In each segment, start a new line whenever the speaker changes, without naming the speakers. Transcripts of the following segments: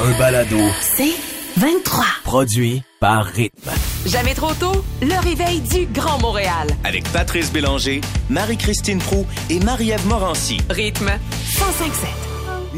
Un balado
C'est 23.
produit par Rythme.
Jamais trop tôt, le réveil du Grand Montréal.
avec Patrice Bélanger, Marie-Christine Prou et Marie-Ève Morancy.
Rythme 1057.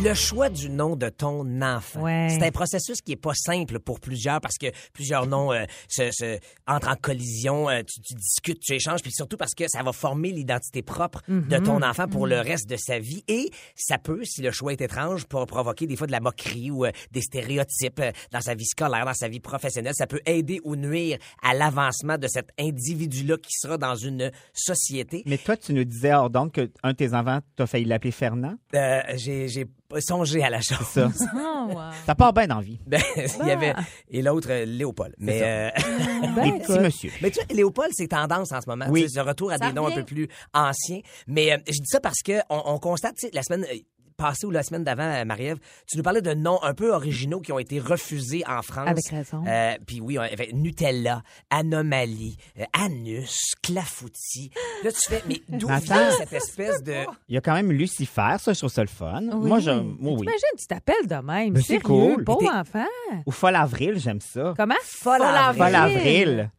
Le choix du nom de ton enfant,
Ouais.
c'est un processus qui est pas simple pour plusieurs parce que plusieurs noms euh, se, se- entrent en collision, euh, tu, tu discutes, tu échanges, puis surtout parce que ça va former l'identité propre de ton enfant pour le reste de sa vie et ça peut, si le choix est étrange, pour provoquer des fois de la moquerie ou euh, des stéréotypes euh, dans sa vie scolaire, dans sa vie professionnelle. Ça peut aider ou nuire à l'avancement de cet individu-là qui sera dans une société.
Mais toi, tu nous disais hors donc que un de tes enfants t'a failli l'appeler Fernand.
Euh, J'ai j'ai pas songé à la chose.
Ça,
Ah,
ça part bien d'envie.
Ben, il y avait et l'autre euh, Léopold. Mais euh,
Des petits monsieur.
mais tu vois, Léopold, c'est tendance en ce moment.
Oui.
Tu sais, le retour à
Ça
des noms un
revient.
peu plus anciens. Mais euh, je dis ça parce que on, on constate, tu sais, la semaine euh, passée ou la semaine d'avant, euh, Marie-Ève, tu nous parlais de noms un peu originaux qui ont été refusés en France.
Avec raison.
Euh, Puis oui, on avait Nutella, Anomalie, euh, Anus, Clafoutis. Là, tu fais, mais d'où
Attends.
vient cette espèce de...
Il y a quand même Lucifer, ça, je trouve ça le fun.
Oui.
Moi, je, moi, oui.
T'imagines, tu t'appelles de même.
Mais c'est
Sérieux,
cool.
pauvre
Mais
enfant.
Ou Folle Avril, j'aime ça.
Comment?
Folle avril.
Folle Avril.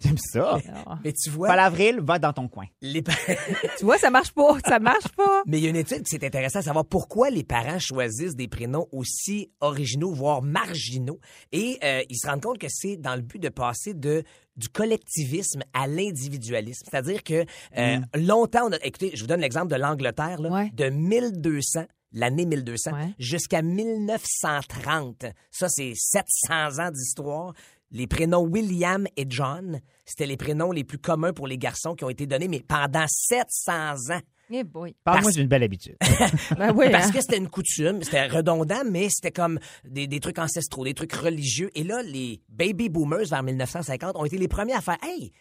J'aime ça.
Ah.
Mais tu
Folle
vois,
Avril, va dans ton coin.
les...
Tu vois, ça marche pas. Ça marche pas.
Mais il y a une étude qui s'est intéressée à savoir pourquoi les parents choisissent des prénoms aussi originaux, voire marginaux. Et euh, ils se rendent compte que c'est dans le but de passer de du collectivisme à l'individualisme. C'est-à-dire que euh, longtemps, on a- écoutez, je vous donne l'exemple de l'Angleterre, là,
Mm. Ouais.
de 1200, l'année 1200,
Ouais.
jusqu'à 1930. Ça, c'est 700 ans d'histoire. Les prénoms William et John, c'était les prénoms les plus communs pour les garçons qui ont été donnés, mais pendant 700 ans.
Eh boy.
Parle-moi
Parce-
d'une belle habitude.
Ben oui,
Parce
hein.
que c'était une coutume, c'était redondant, mais c'était comme des, des trucs ancestraux, des trucs religieux. Et là, les baby boomers vers 1950 ont été les premiers à faire Hey,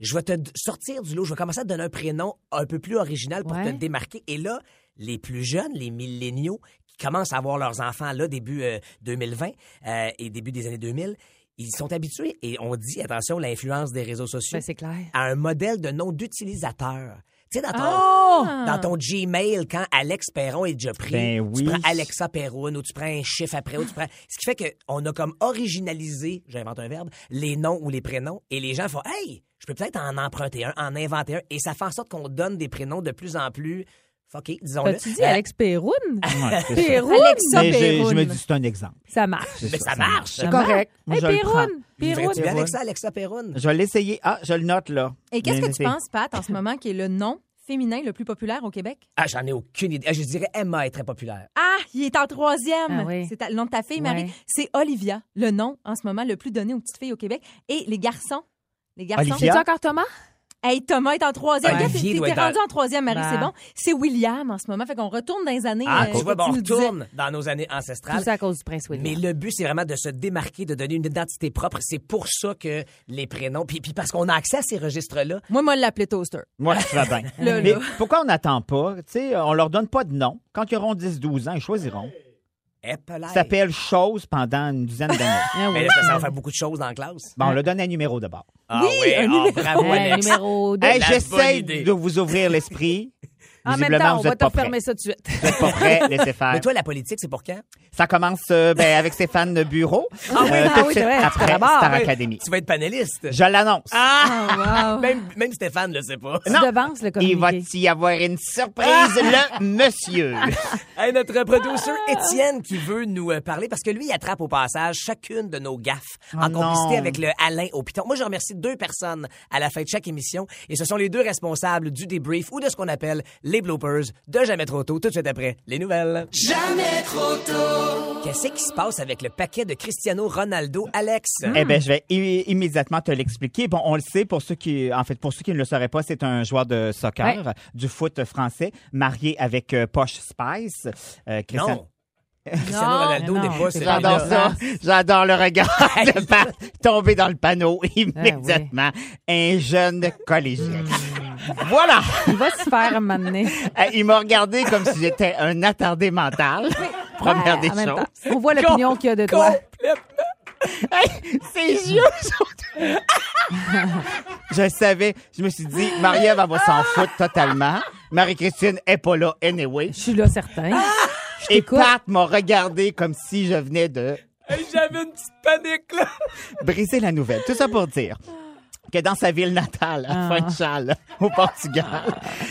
je vais te d- sortir du lot, je vais commencer à te donner un prénom un peu plus original pour
Ouais.
te démarquer. Et là, les plus jeunes, les milléniaux, qui commencent à avoir leurs enfants là, début euh, 2020 euh, et début des années 2000, ils sont habitués et on dit, attention, l'influence des réseaux sociaux
Ben, c'est clair.
à un modèle de nom d'utilisateur. Tu sais, dans ton,
Ah!
dans ton Gmail, quand Alex Perron est déjà pris,
Ben
tu
oui.
prends Alexa Perron ou tu prends un chiffre après ou tu prends... Ce qui fait qu'on a comme originalisé, j'invente un verbe, les noms ou les prénoms et les gens font « Hey, je peux peut-être en emprunter un, en inventer un. » Et ça fait en sorte qu'on donne des prénoms de plus en plus fuckés, disons-le.
T'as-tu dit
Euh,
Alex Perroun?
Ouais, c'est ça.
Perroun?
Mais je, je me dis, c'est un exemple.
Ça marche.
C'est
Mais ben, ça marche.
C'est correct. Moi,
Hey,
je le prends.
Perroun. Perroun.
Vivrais-tu bien avec ça, Alexa Perron?
Je vais l'essayer. Ah, je le note là.
Et qu'est-ce
Mais
que tu
c'est-
penses, Pat, en ce moment, qui est le nom féminin le plus populaire au Québec?
Ah, j'en ai aucune idée. Ah, Je dirais Emma est très populaire.
Ah, il est en troisième.
Ah oui.
C'est ta- le nom de ta fille, Marie.
Ouais.
C'est Olivia, le nom en ce moment le plus donné aux petites filles au Québec. Et les garçons. Les garçons.
Olivia.
C'est encore Thomas?
Hey, Thomas est en troisième.
Olivier
Regarde, t'es-
doit
T'es
être
rendu
en-
en troisième, Marie,
Bah.
c'est bon. C'est William en ce moment. Fait qu'on retourne dans les années.
Ah,
euh,
tu vois,
que
bon, on
nous disais.
retourne dans nos années
Tout
ancestrales.
ça à cause du prince William.
Mais le but, c'est vraiment de se démarquer, de donner une identité propre. C'est pour ça que les prénoms, puis, puis parce qu'on a accès à ces registres-là,
Moi, moi, je l'appelais Toaster.
Moi, je vais bien.
Là,
Mais
là.
pourquoi on n'attend pas? Tu sais, on leur donne pas de nom. Quand ils auront 10-12 ans, ils choisiront.
Epelay.
Ça s'appelle Chose pendant une dizaine d'années.
Ah
Mais
oui.
là, ça, ça va faire beaucoup de choses dans la classe.
Bon, on leur donne un numéro d'abord.
Ah oui, ah, bravo,
Hey,
Alex.
numéro 2.
Hey,
la
j'essaie
bonne idée.
de vous ouvrir l'esprit.
en même
Visiblement,
temps, on
vous
va
êtes
te
pas
refermer
prêts.
ça tout de suite.
Vous êtes pas prêts, laissez
Mais
faire.
toi, la politique, c'est pour quand?
Ça commence euh, ben, avec Stéphane Bureau. Ah
oui, ah oui, c'est vrai, c'est
après
d'abord, Ah,
Star
oui.
Academy.
Tu vas être panéliste.
Je l'annonce.
wow.
Même, même Stéphane le sait pas.
Tu devances le
Il va
communiqué.
y avoir une surprise, le monsieur.
Hey, notre producer
Ah!
Étienne qui veut nous euh, parler parce que lui, il attrape au passage chacune de nos gaffes en
Ah non.
complicité avec le Alain au piton. Moi, je remercie deux personnes à la fin de chaque émission et ce sont les deux responsables du débrief ou de ce qu'on appelle les bloopers de Jamais Trop Tôt, tout de suite après les nouvelles. Jamais Trop Tôt! Qu'est-ce qui se passe avec le paquet de Cristiano Ronaldo, Alex?
Eh bien, je vais i- immédiatement te l'expliquer. Bon, on le sait, pour ceux qui, en fait, pour ceux qui ne le sauraient pas, c'est un joueur de soccer,
Ouais.
du foot français, marié avec euh, Posh Spice. Euh, Christian-
Non! Cristiano Ronaldo
mais
n'est
non,
pas
c'est
ce
pas
J'adore
gars-là.
là.
ça. J'adore le regard de Pat tomber dans le panneau immédiatement.
Ah
Un
Hmm.
jeune collégien. voilà!
Il va se faire m'amener.
Euh, Il m'a regardé comme si j'étais un attardé mental. Première des
en même
choses.
temps. On voit l'opinion qu'il y a de toi.
Hey, ses yeux sont... je savais, je me suis dit, Marie-Ève, elle va s'en foutre totalement. Marie-Christine est pas là anyway.
Ah,
Je suis là certain.
Et
t'écoute.
Pat m'a regardé comme si je venais de
J'avais une petite panique, là.
briser la nouvelle. Tout ça pour dire que dans sa ville natale,
Ah.
à Funchal, au Portugal,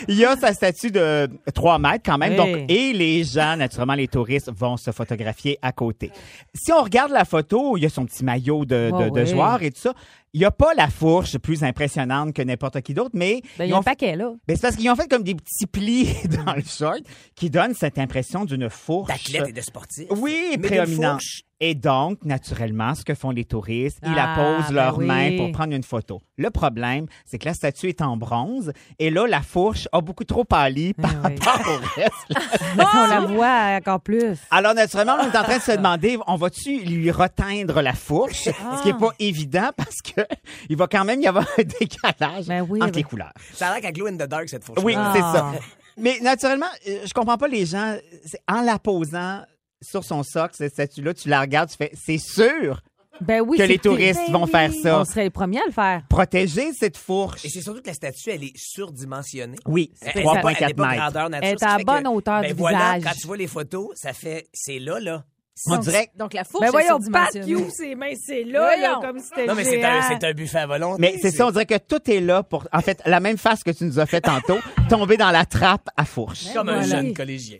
il y a sa statue de 3 mètres quand même.
Oui.
Donc, et les gens, naturellement, les touristes vont se photographier à côté. Si on regarde la photo, il y a son petit maillot de, de-
Oh,
de
oui.
joueur et tout ça. Il n'y a pas la fourche plus impressionnante que n'importe qui d'autre, mais
Ben, il
ils
y a
ont
un paquet, là.
ben, c'est parce qu'ils ont fait comme des petits plis dans le short qui donnent cette impression d'une fourche.
D'athlète et de sportif.
Oui,
Mais d'une
prédominant.
fourche.
Et donc, naturellement, ce que font les touristes, ils la
Ah,
posent
ben
leurs
oui.
mains pour prendre une photo. Le problème, c'est que la statue est en bronze et là, la fourche a beaucoup trop pâli par
Eh oui.
rapport au reste.
On la voit encore plus.
Alors, naturellement, on est en train de
Ah.
se demander, on va-tu lui reteindre la fourche? Ce qui n'est pas évident parce que il va quand même y avoir un décalage
Ben oui,
entre
ben-
les couleurs.
Ça a l'air qu'à Glow in the Dark, cette fourche.
Oui,
Ah.
c'est ça. Mais naturellement, euh, je comprends pas les gens. C'est- En la posant sur son socle, cette statue-là, tu la regardes, tu fais, c'est sûr
Ben oui,
que
c'est
les touristes vont faire ça.
On serait les premiers à le faire.
Protéger cette fourche.
Et c'est surtout que la statue, elle est surdimensionnée.
Oui,
Elle n'est pas, elle n'est
3,4
pas
mètres.
grandeur nature.
Elle est
ce qui
à
fait
bonne
que-
hauteur
ben
du
voilà,
visage.
Quand tu vois les photos, ça fait. C'est là, là.
On dirait.
Donc, la fourche
Ben voyons,
est
Pat
surdimensionnée.
Q, ses mains, c'est là, là,
Voyons.
comme si c'était
Non, mais c'est un, c'est un buffet à volonté.
Mais c'est ça, on dirait que tout est là pour, en fait, la même face que tu nous as fait tantôt, tomber dans la trappe à fourche.
Comme un
Voilà.
jeune collégien.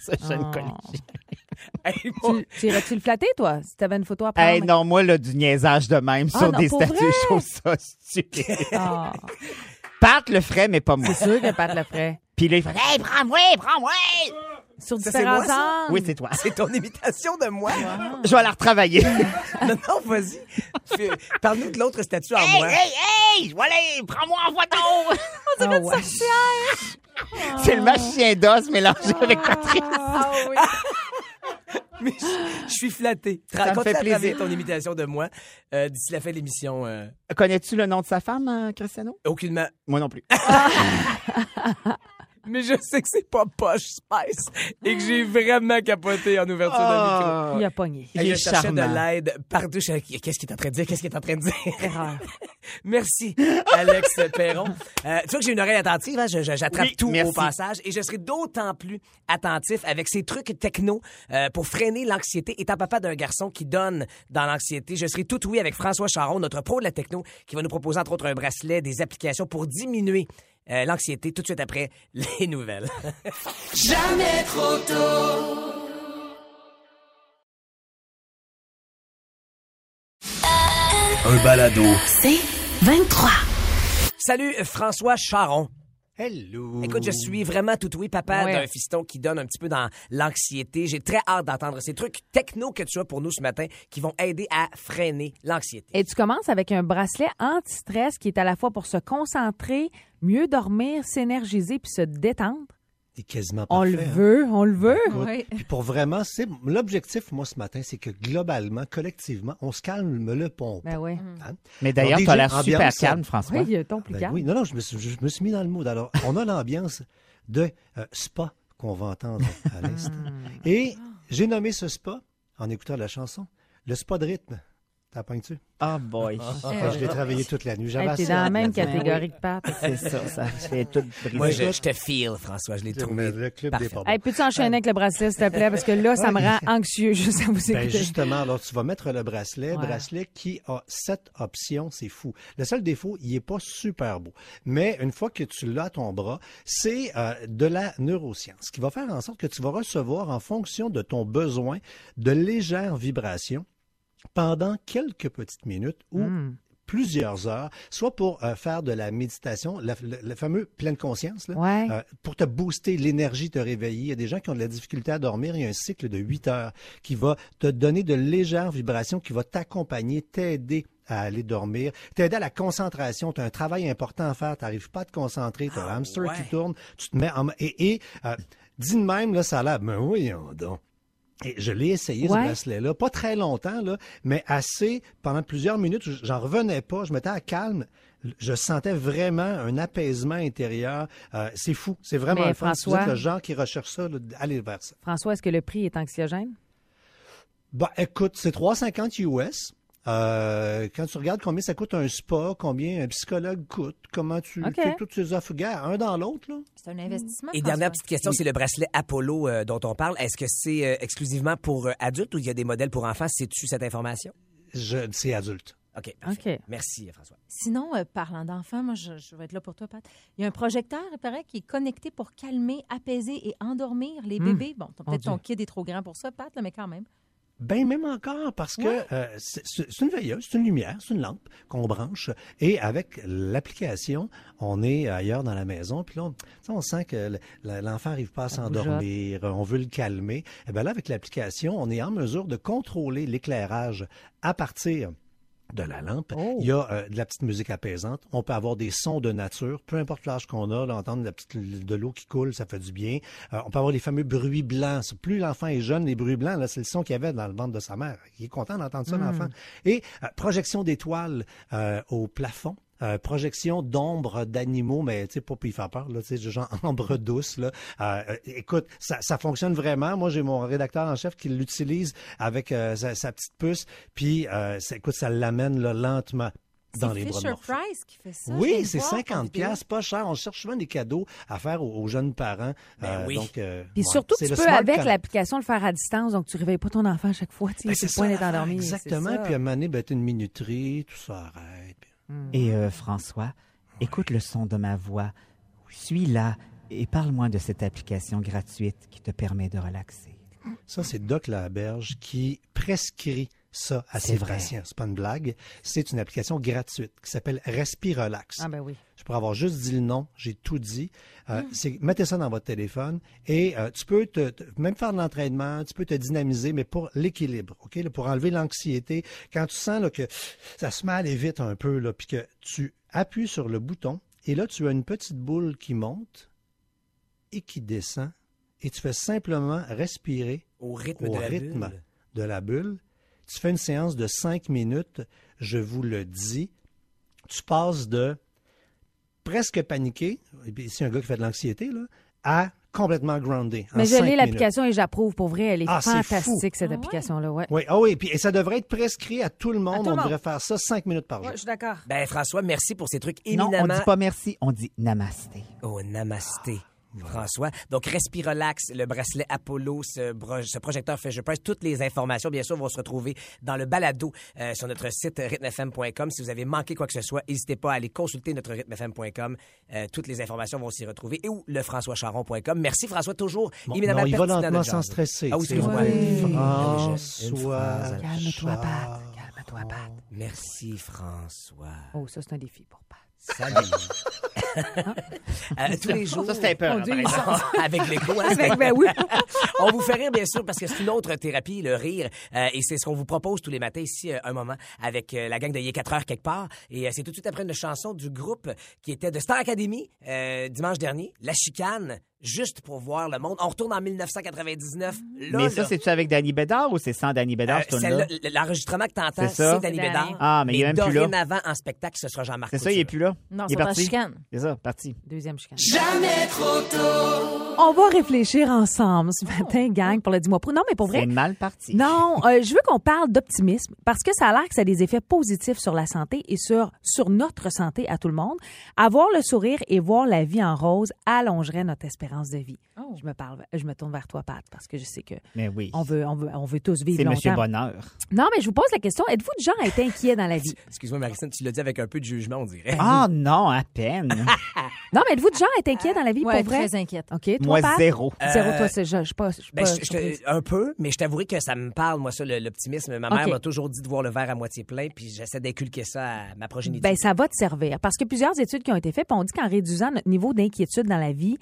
Ça, je ne connais pas.
Hey, mon-
Tu tu irais-tu le flatter, toi, si t'avais une photo à prendre?
Hey, non, moi, là, du niaisage de même
Ah,
sur
non,
des
pour
statues,
vrai?
je trouve ça stupide.
Ah,
Pat le ferait, mais pas moi.
c'est sûr que Pat le ferait.
Puis là, il ferait, hey, prends-moi, prends-moi!
Sur
c'est
différents
moi, ça?
angles.
Oui, c'est toi.
C'est ton imitation de moi.
Je vais la retravailler.
Non, non, vas-y. Fais- Parle-nous de l'autre statue en moi.
hey, je vais aller, prends-moi en photo!
Ah, ouais.
C'est le match chien d'os mélangé avec Patrick.
Mais je, je suis flatté. Tra-
Ça me
continue
fait
à travailler
plaisir.
ton imitation de moi euh, d'ici la fin de l'émission. euh,
Connais-tu le nom de sa femme, euh, Cristiano?
aucunement.
Moi non plus.
Mais je sais que c'est pas poche Spice et que j'ai vraiment capoté en ouverture de micro.
Il a pogné.
Et je
il Ah, est
cherchais
charmant.
de l'aide partout. Je- Qu'est-ce qu'il est en train de dire? Qu'est-ce qu'il est en train de dire?
Erreur.
Merci, Alex Perron. Euh, tu vois que j'ai une oreille attentive, hein? Je- je- j'attrape
Oui,
tout
merci.
au passage et je serai d'autant plus attentif avec ces trucs techno euh, pour freiner l'anxiété. Étant papa d'un garçon qui donne dans l'anxiété, je serai tout oui avec François Charon, notre pro de la techno, qui va nous proposer entre autres un bracelet, des applications pour diminuer euh, l'anxiété tout de suite après les nouvelles.
Un balado.
C'est 23.
Salut François Charon.
Hello.
Écoute, je suis vraiment tout oui, papa
Ouais.
d'un fiston qui donne un petit peu dans l'anxiété. J'ai très hâte d'entendre ces trucs techno que tu as pour nous ce matin qui vont aider à freiner l'anxiété.
Et tu commences avec un bracelet anti-stress qui est à la fois pour se concentrer, mieux dormir, s'énergiser puis se détendre.
T'es quasiment
On le
parfait, hein.
veut, on le veut.
Oui.
Puis pour vraiment, c'est l'objectif, moi, ce matin, c'est que globalement, collectivement, on se calme le pont.
Ben oui.
Mais d'ailleurs,
Alors,
t'as
déjà,
l'air super
ambiance.
calme, François.
Oui, il y a un ton plus
Ben
calme.
oui, non, non, je me, suis, je me suis mis dans le mood. Alors, on a l'ambiance de euh, spa qu'on va entendre à l'instant.
Hmm.
Et j'ai nommé ce spa, en écoutant la chanson, le spa de rythme. T'as tu
Oh boy.
Je l'ai travaillé toute la nuit. J'avais
Euh, Hey, T'es
assez
dans la
hâte
même
de la- Ben
catégorie que Pat.
C'est ça, ça fait tout briser.
Moi, je, je te feel, François, je l'ai trouvé.
Le club
Parfait.
des pas bons.
Hey, peux-tu enchaîner avec le bracelet, s'il te plaît? Parce que là, ça me rend anxieux juste à vous
Ben
écouter.
justement, alors tu vas mettre le bracelet,
Ouais.
bracelet qui a sept options, c'est fou. Le seul défaut, il est pas super beau. Mais une fois que tu l'as à ton bras, c'est euh, de la neuroscience qui va faire en sorte que tu vas recevoir en fonction de ton besoin de légères vibrations pendant quelques petites minutes ou plusieurs heures, soit pour euh, faire de la méditation, la- le, le fameux pleine conscience, là,
Ouais.
euh, pour te booster l'énergie, te réveiller. Il y a des gens qui ont de la difficulté à dormir. Il y a un cycle de 8 heures qui va te donner de légères vibrations, qui va t'accompagner, t'aider à aller dormir, t'aider à la concentration. Tu as un travail important à faire, tu n'arrives pas à te concentrer,
Ah,
tu as un hamster qui
ouais.
tourne, tu te mets en... Et, et, euh, dit de même, là, ça a l'air, mais voyons donc. Et je l'ai essayé,
Ouais.
ce bracelet-là, pas très longtemps, là, mais assez, pendant plusieurs minutes, j- j'en revenais pas, je m'étais à calme, je sentais vraiment un apaisement intérieur. Euh, c'est fou, c'est vraiment
Mais
le fun. Si vous
François-
êtes le genre qui recherche ça, là, allez vers ça.
François, est-ce que le prix est anxiogène?
Bah, écoute, c'est 3,50 US. Euh, quand tu regardes combien ça coûte un spa, combien un psychologue coûte, comment tu
OK.
fais toutes ces offres, gars, un dans l'autre, là.
C'est un investissement.
Et dernière
François.
petite question, c'est le bracelet Apollo euh, dont on parle. Est-ce que c'est euh, exclusivement pour euh, adultes ou il y a des modèles pour enfants? Sais-tu cette information?
Je, c'est adulte.
OK, parfait.
OK.
Merci, François.
Sinon, euh, parlant d'enfants, moi, je, je vais être là pour toi, Pat. Il y a un projecteur, il paraît, qui est connecté pour calmer, apaiser et endormir les
Hmm.
bébés. Bon, t'as- peut-être
Mon
ton kid est trop grand pour ça, Pat, là, mais quand même.
Ben même encore parce que euh, c'est, c'est- c'est une veilleuse, c'est une lumière, c'est une lampe qu'on branche et avec l'application, on est ailleurs dans la maison puis là on, tu sais, on sent que le- la- l'enfant arrive pas à s'endormir, on veut le calmer. Et ben là avec l'application, on est en mesure de contrôler l'éclairage à partir de la lampe. Il y a euh, de la petite musique apaisante. On peut avoir des sons de nature, peu importe l'âge qu'on a, l'entendre de la petite de l'eau qui coule, ça fait du bien. Euh, on peut avoir les fameux bruits blancs. C'est- Plus l'enfant est jeune, les bruits blancs, là, c'est le son qu'il y avait dans le ventre de sa mère. Il est content d'entendre ça, l'enfant. Et euh, projection d'étoiles euh, au plafond. Euh, projection d'ombre d'animaux, mais tu sais, pas pour y faire peur, là, tu sais, genre ombre douce, là. Euh, euh, écoute, ça, ça fonctionne vraiment. Moi, j'ai mon rédacteur en chef qui l'utilise avec euh, sa, sa petite puce, puis euh, ça, écoute, ça l'amène là, lentement dans
c'est
les bras de
Fisher
Morphée.
Price qui fait ça. je viens
Oui,
de
c'est
voir ta
50
vidéo.
pièces, pas cher. On cherche souvent des cadeaux à faire aux, aux jeunes parents.
Ben oui.
Donc, euh,
Puis
ouais.
surtout,
C'est
tu
le
peux
smart
avec
connect.
l'application le faire à distance, donc tu réveilles pas ton enfant à chaque fois. tu sais,
Ben,
c'est le
c'est
point
ça,
d'être
l'affaire,
endormi.
Exactement.
c'est ça.
Puis à un moment donné, ben, t'as une minuterie, tout ça arrête. puis-
Et euh, François, écoute le son de ma voix. Suis là et parle-moi de cette application gratuite qui te permet de relaxer.
Ça, c'est Doc Laberge qui prescrit ça à ses
vrai.
patients. C'est pas une blague. C'est une application gratuite qui s'appelle Respirelax.
Ah ben oui.
Je pourrais avoir juste dit le nom, j'ai tout dit. Euh, c'est- mettez ça dans votre téléphone et euh, tu peux te, te- même faire de l'entraînement, tu peux te dynamiser, mais pour l'équilibre, ok, là, pour enlever l'anxiété. Quand tu sens là, que ça se met à aller vite un peu, là, puis que tu appuies sur le bouton et là tu as une petite boule qui monte et qui descend et tu fais simplement respirer
Au rythme
au
de la
rythme
bulle.
de la bulle. Tu fais une séance de cinq minutes, je vous le dis. Tu passes de presque paniqué, et puis ici un gars qui fait de l'anxiété, là, à complètement groundé. en
Mais je
cinq
l'ai,
minutes.
l'application, et j'approuve. Pour vrai, elle est
Ah, c'est fou.
fantastique, cette
Ah ouais?
application-là. Ouais.
Oui, ah oui, puis, et ça devrait être prescrit à tout le monde.
tout le
on
monde.
devrait faire ça cinq minutes par jour.
suis d'accord.
Ben, François, merci pour ces trucs
Non, on
éminemment...
dit pas merci, on dit namasté.
Oh, namasté.
Ah,
François. Donc, Respirelax, le bracelet Apollo, ce, bro- ce projecteur Fisher Price, toutes les informations, bien sûr, vont se retrouver dans le balado euh, sur notre site euh, rythmefm.com. Si vous avez manqué quoi que ce soit, n'hésitez pas à aller consulter notre rythmefm.com. Euh, toutes les informations vont s'y retrouver et ou lefrançoischaron.com. Merci, François, toujours
Bon,
éminemment
mais on y va
pertinent de
lentement
jaser.
sans stresser,
Ah oui,
tu sais, on
excuse-moi.
va-
Oui.
François.
Une phrase à la-
Calme-toi, Pat. Calme-toi, Pat.
Merci, François.
Oh, ça, c'est un défi pour Pat.
Salut. Euh, tous les jours.
Ah. Ça, c'était peur.
Oh, Dieu, il s'en-
Avec l'écho. hein,
Avec- ben oui.
On vous fait rire, bien sûr, parce que c'est une autre thérapie, le rire. Euh, et c'est ce qu'on vous propose tous les matins ici, euh, un moment, avec euh, la gang de Yé 4 heures quelque part. Et euh, c'est tout de suite après une chanson du groupe qui était de Star Academy euh, dimanche dernier, La Chicane, juste pour voir le monde. On retourne en 1999. Là,
Mais ça,
là,
c'est-tu avec Danny Bédard ou c'est sans Danny Bédard,
euh,
ce
celle-là,
là
l- L'enregistrement que t'entends,
C'est ça?
c'est Danny
Danny.
Bédard.
Ah, mais il est même plus là.
dorénavant, en spectacle, ce sera Jean-Marc
C'est ça, il est
Couture.
plus là.
Non,
il
c'est
est
pas
parti.
chicane.
C'est ça, parti.
Deuxième chicane. Jamais trop tôt. On va réfléchir ensemble ce matin, gang, pour le 10 mois pro. Non, mais pour vrai,
C'est mal parti.
Non, euh, je veux qu'on parle d'optimisme parce que ça a l'air que ça a des effets positifs sur la santé et sur, sur notre santé à tout le monde. Avoir le sourire et voir la vie en rose allongerait notre espérance de vie.
Oh.
Je me parle, je me tourne vers toi, Pat, parce que je sais que
Mais oui.
on veut, on veut, on veut tous vivre
C'est Monsieur
longtemps.
Bonheur.
Non, mais je vous pose la question. Êtes-vous de gens à être inquiets dans la vie?
Excuse-moi, Maricine, tu l'as dit avec un peu de jugement, on dirait.
Ah non, à peine.
Ah, Non, mais êtes-vous de gens à être inquiets dans la vie
Ouais,
pour vrai?
très inquiète.
OK, toi,
Moi,
Pat?
zéro.
Zéro, toi, c'est, je, je, suis pas- je suis
Euh, Ben,
pas
je- je te-
surprise.
un peu, mais je t'avouerai que ça me parle, moi, ça, le- l'optimisme. Ma
Ok.
mère m'a toujours dit de voir le verre à moitié plein, puis j'essaie d'inculquer ça à ma progéniture.
Ben, ça va te servir. Parce que plusieurs études qui ont été faites, puis on dit qu'en réduisant notre niveau d'inquiétude dans la vie,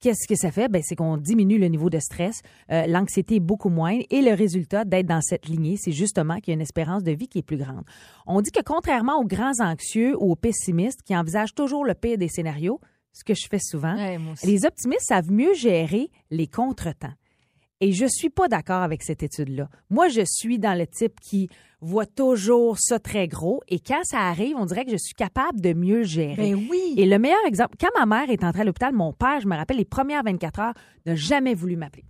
qu'est-ce que ça fait? Ben, c'est qu'on diminue le niveau de stress, euh, l'anxiété est beaucoup moins, et le résultat d'être dans cette lignée, c'est justement qu'il y a une espérance de vie qui est plus grande. On dit que contrairement aux grands anxieux ou aux pessimistes qui envisagent toujours le pire des scénarios, ce que je fais souvent,
Ouais, moi aussi.
les optimistes savent mieux gérer les contretemps. Et je suis pas d'accord avec cette étude-là. Moi, je suis dans le type qui voit toujours ça très gros et quand ça arrive, on dirait que je suis capable de mieux le gérer.
Ben oui.
Et le meilleur exemple, quand ma mère est entrée à l'hôpital, mon père, je me rappelle, les premières 24 heures, n'a jamais voulu m'appeler.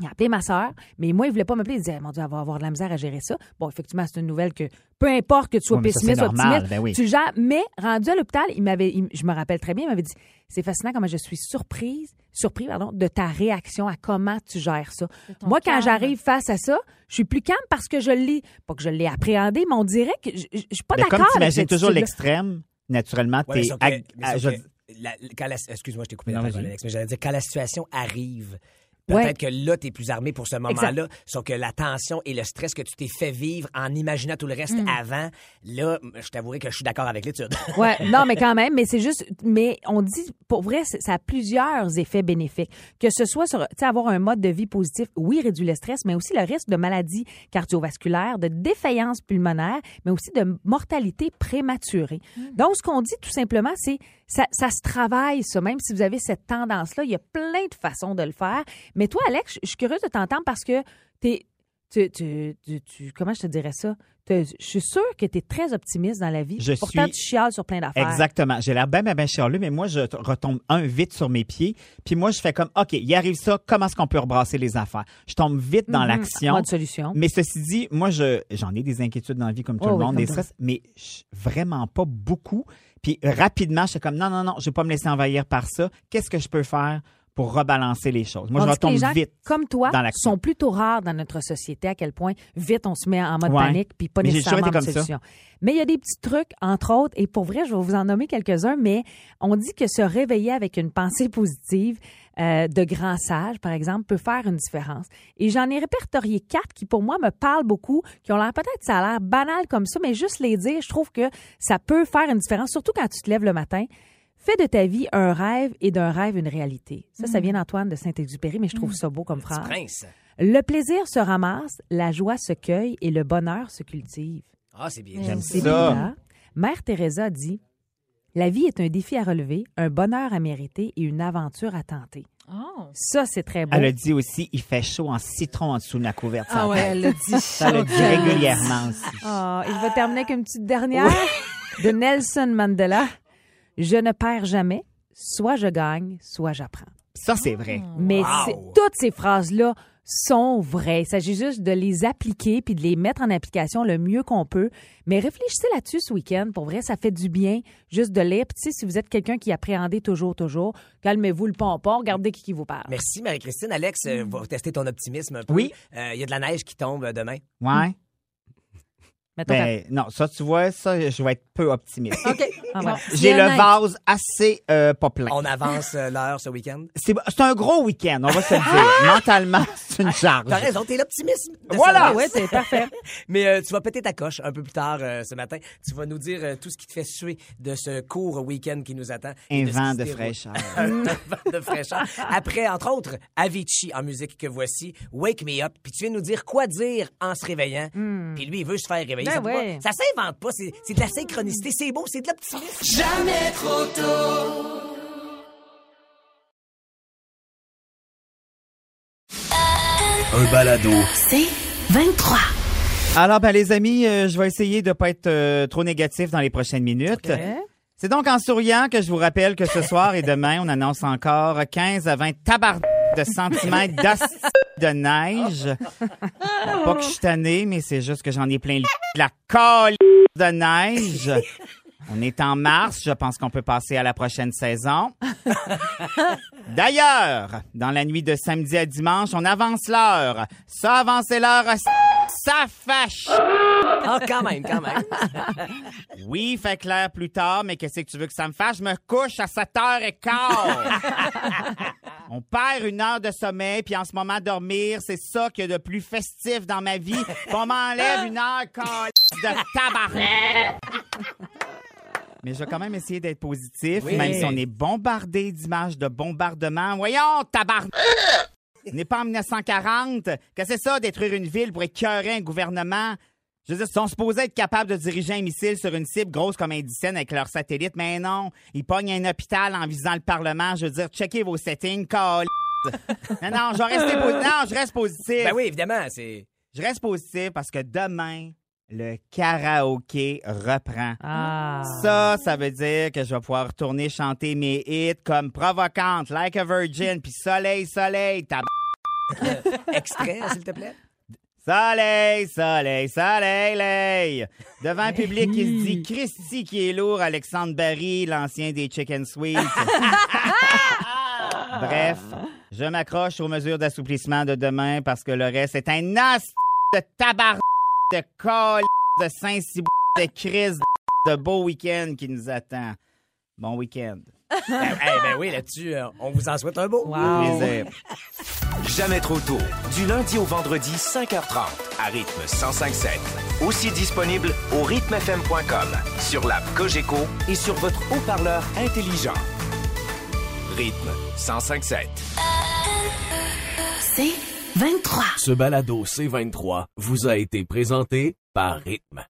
Il a appelé ma sœur, mais moi, il voulait pas m'appeler. Il disait, Eh, mon Dieu, elle va avoir de la misère à gérer ça. Bon, effectivement, c'est une nouvelle que peu importe que tu sois
Oui, mais ça,
pessimiste
c'est
ou
normal,
optimiste,
ben oui.
tu le gères. Mais rendu à l'hôpital, il m'avait, il- je me rappelle très bien, il m'avait dit, c'est fascinant comment je suis surprise, surpris, pardon, de ta réaction à comment tu gères ça.
ton
Moi, quand
calme.
j'arrive face à ça, je suis plus calme parce que je l'ai, pas que je l'ai appréhendé, mais on dirait que je, je- je suis pas
Mais
d'accord.
comme
avec
tu imagines
cette
toujours
attitude-là.
l'extrême, naturellement,
Ouais, mais
t'es...
sauf que-
ag-
mais
ah,
sauf
je-
que la- quand la- Excuse-moi, je t'ai coupé
Non,
la page,
vas-y.
Alex, mais j'allais dire, quand la situation arrive,
Ouais.
peut-être que là, tu es plus armé pour ce moment-là, sauf que la tension et le stress que tu t'es fait vivre en imaginant tout le reste
Mm.
avant, là, je t'avouerai que je suis d'accord avec l'étude.
Ouais, non, mais quand même, mais c'est juste, mais on dit, pour vrai, c'est- ça a plusieurs effets bénéfiques. Que ce soit sur, tu sais, avoir un mode de vie positif, oui, réduit le stress, mais aussi le risque de maladies cardiovasculaires, de défaillance pulmonaire, mais aussi de mortalité prématurée.
Hmm.
Donc, ce qu'on dit tout simplement, c'est, ça, ça se travaille, ça. Même si vous avez cette tendance-là, il y a plein de façons de le faire. Mais toi, Alex, je- je suis curieuse de t'entendre parce que t'es, tu, tu, tu, tu- comment je te dirais ça? Te- Je suis sûre que tu es très optimiste dans la vie.
Je
Pourtant,
suis-
tu chiales sur plein d'affaires.
Exactement. J'ai l'air bien, bien, bien chialeux, mais moi, je t- retombe un vite sur mes pieds. Puis moi, je fais comme, OK, il arrive ça, comment est-ce qu'on peut rebrasser les affaires? Je tombe vite
Mm-hmm.
dans l'action.
Mode Mhm. solution.
Mais ceci dit, moi, je, j'en ai des inquiétudes dans la vie, comme tout
Oh
le
oui,
monde,
comme
des
tout.
stress, mais je- vraiment pas beaucoup. Puis rapidement, je suis comme, non, non, non, je vais pas me laisser envahir par ça. Qu'est-ce que je peux faire pour rebalancer les choses? Moi, je
Tandis que les
retombe
gens,
vite.
comme toi,
dans l'action.
sont plutôt rares dans notre société, à quel point vite on se met en mode
Ouais.
panique, puis pas
Mais j'ai toujours
nécessairement
été
de
comme ça.
solution. Mais il y a des petits trucs, entre autres, et pour vrai, je vais vous en nommer quelques-uns, mais on dit que se réveiller avec une pensée positive euh, de grand sage, par exemple, peut faire une différence. Et j'en ai répertorié quatre qui, pour moi, me parlent beaucoup, qui ont l'air peut-être, ça a l'air banal comme ça, mais juste les dire, je trouve que ça peut faire une différence, surtout quand tu te lèves le matin. Fais de ta vie un rêve et d'un rêve une réalité. Ça, ça vient d'Antoine de Saint-Exupéry, mais je trouve ça beau comme
Petit
phrase.
prince.
Le plaisir se ramasse, la joie se cueille et le bonheur se cultive.
Ah, c'est bien.
Mm,
J'aime
C'est
ça.
bizarre. Mère Teresa dit La vie est un défi à relever, un bonheur à mériter et une aventure à tenter.
Oh.
Ça, c'est très beau.
Elle a dit aussi, il fait chaud en citron en dessous de la couverture.
Ah ouais, Ah. elle l'a dit.
Ça le dit régulièrement aussi.
Ah, et je vais terminer avec une petite dernière de Nelson Mandela. Je ne perds jamais, soit je gagne, soit j'apprends.
Ça, c'est vrai.
Mm.
Mais
Wow.
c'est- toutes ces phrases-là sont vraies. Il s'agit juste de les appliquer puis de les mettre en application le mieux qu'on peut. Mais réfléchissez là-dessus ce week-end. Pour vrai, ça fait du bien juste de lire. Puis tu sais, si vous êtes quelqu'un qui appréhendez toujours, toujours, calmez-vous le pompon, regardez qui, qui vous parle.
Merci, Marie-Christine. Alex, euh, va tester ton optimisme un peu.
Oui.
Euh, Il y a de la neige qui tombe demain.
Ouais.
Mettons qu'à-
Ben, non, ça, tu vois, ça, je vais être peu optimiste.
Ah, voilà.
J'ai
Oh! C'est
le
honnête.
vase assez euh, pas plein.
On avance euh, l'heure ce week-end.
C'est c'est un gros week-end, on va se le dire. Mentalement, c'est une charge.
Ah! T'as raison, t'es l'optimisme. de
Voilà.
service.
Ah Ouais, c'est parfait.
Mais euh, tu vas péter ta coche un peu plus tard euh, ce matin. Tu vas nous dire euh, tout ce qui te fait suer de ce court week-end qui nous attend. et
Un
de ce
vent
qui se
de
déroule.
fraîcheur.
un vent de fraîcheur. Après, entre autres, Avicii en musique que voici, Wake Me Up. Puis tu viens nous dire quoi dire en se réveillant. Puis lui, il veut se faire réveiller.
Ben
ça peut
ouais.
pas- ça s'invente pas. C'est c'est de la synchronicité. C'est beau, c'est de l'optimisme.
Un balado.
C'est 23.
Alors, ben, les amis, euh, je vais essayer de pas être euh, trop négatif dans les prochaines minutes. C'est donc en souriant que je vous rappelle que ce soir et demain, on annonce encore 15 à 20 tabards de centimètres d'asti de neige. Bon, pas que je suis tanné, mais c'est juste que j'en ai plein le de la colle de neige. On est en mars, je pense qu'on peut passer à la prochaine saison. D'ailleurs, dans la nuit de samedi à dimanche, on avance l'heure. Ça, avancer l'heure, ça fâche.
Ah, quand même, quand même.
Oui, fait clair plus tard, mais qu'est-ce que tu veux que ça me fasse? Je me couche à 7h15. On perd une heure de sommeil, puis en ce moment, dormir, c'est ça qu'il y a de plus festif dans ma vie. Puis on m'enlève une heure câlisse, de tabarnak. Mais je vais quand même essayer d'être positif, même si on est bombardé d'images de bombardement. Voyons, tabarnak! On n'est pas en 1940. Qu'est-ce que c'est ça, détruire une ville pour écœurer un gouvernement? Je veux dire, ils sont supposés être capables de diriger un missile sur une cible grosse comme Indicène avec leur satellite, mais non. Ils pognent un hôpital en visant le Parlement. Je veux dire, checkez vos settings, call. non, non, je vais rester posi- non, je reste positif.
ben oui, évidemment, c'est...
Je reste positif parce que demain, le karaoké reprend.
Ah.
Ça, ça veut dire que je vais pouvoir retourner chanter mes hits comme Provocante, Like a Virgin, puis Soleil, Soleil, tab...
Euh, extrait, s'il te plaît.
Soleil, soleil, soleil, soleil. Devant un public qui se dit Christy qui est lourd, Alexandre Barry, l'ancien des Chicken Sweets. Bref, je m'accroche aux mesures d'assouplissement de demain parce que le reste est un as de tabar de col de saint cibou de crise de beau week-end qui nous attend. Bon week-end.
ben, eh, ben oui, là-dessus, euh, on vous en souhaite un beau.
Plaisir.
Jamais trop tôt. Du lundi au vendredi, 5h30, à rythme 1057. Aussi disponible au rythmefm.com, sur l'app Cogeco et sur votre haut-parleur intelligent. Rythme 1057.
C'est 23.
Ce balado C23 vous a été présenté par Rythme.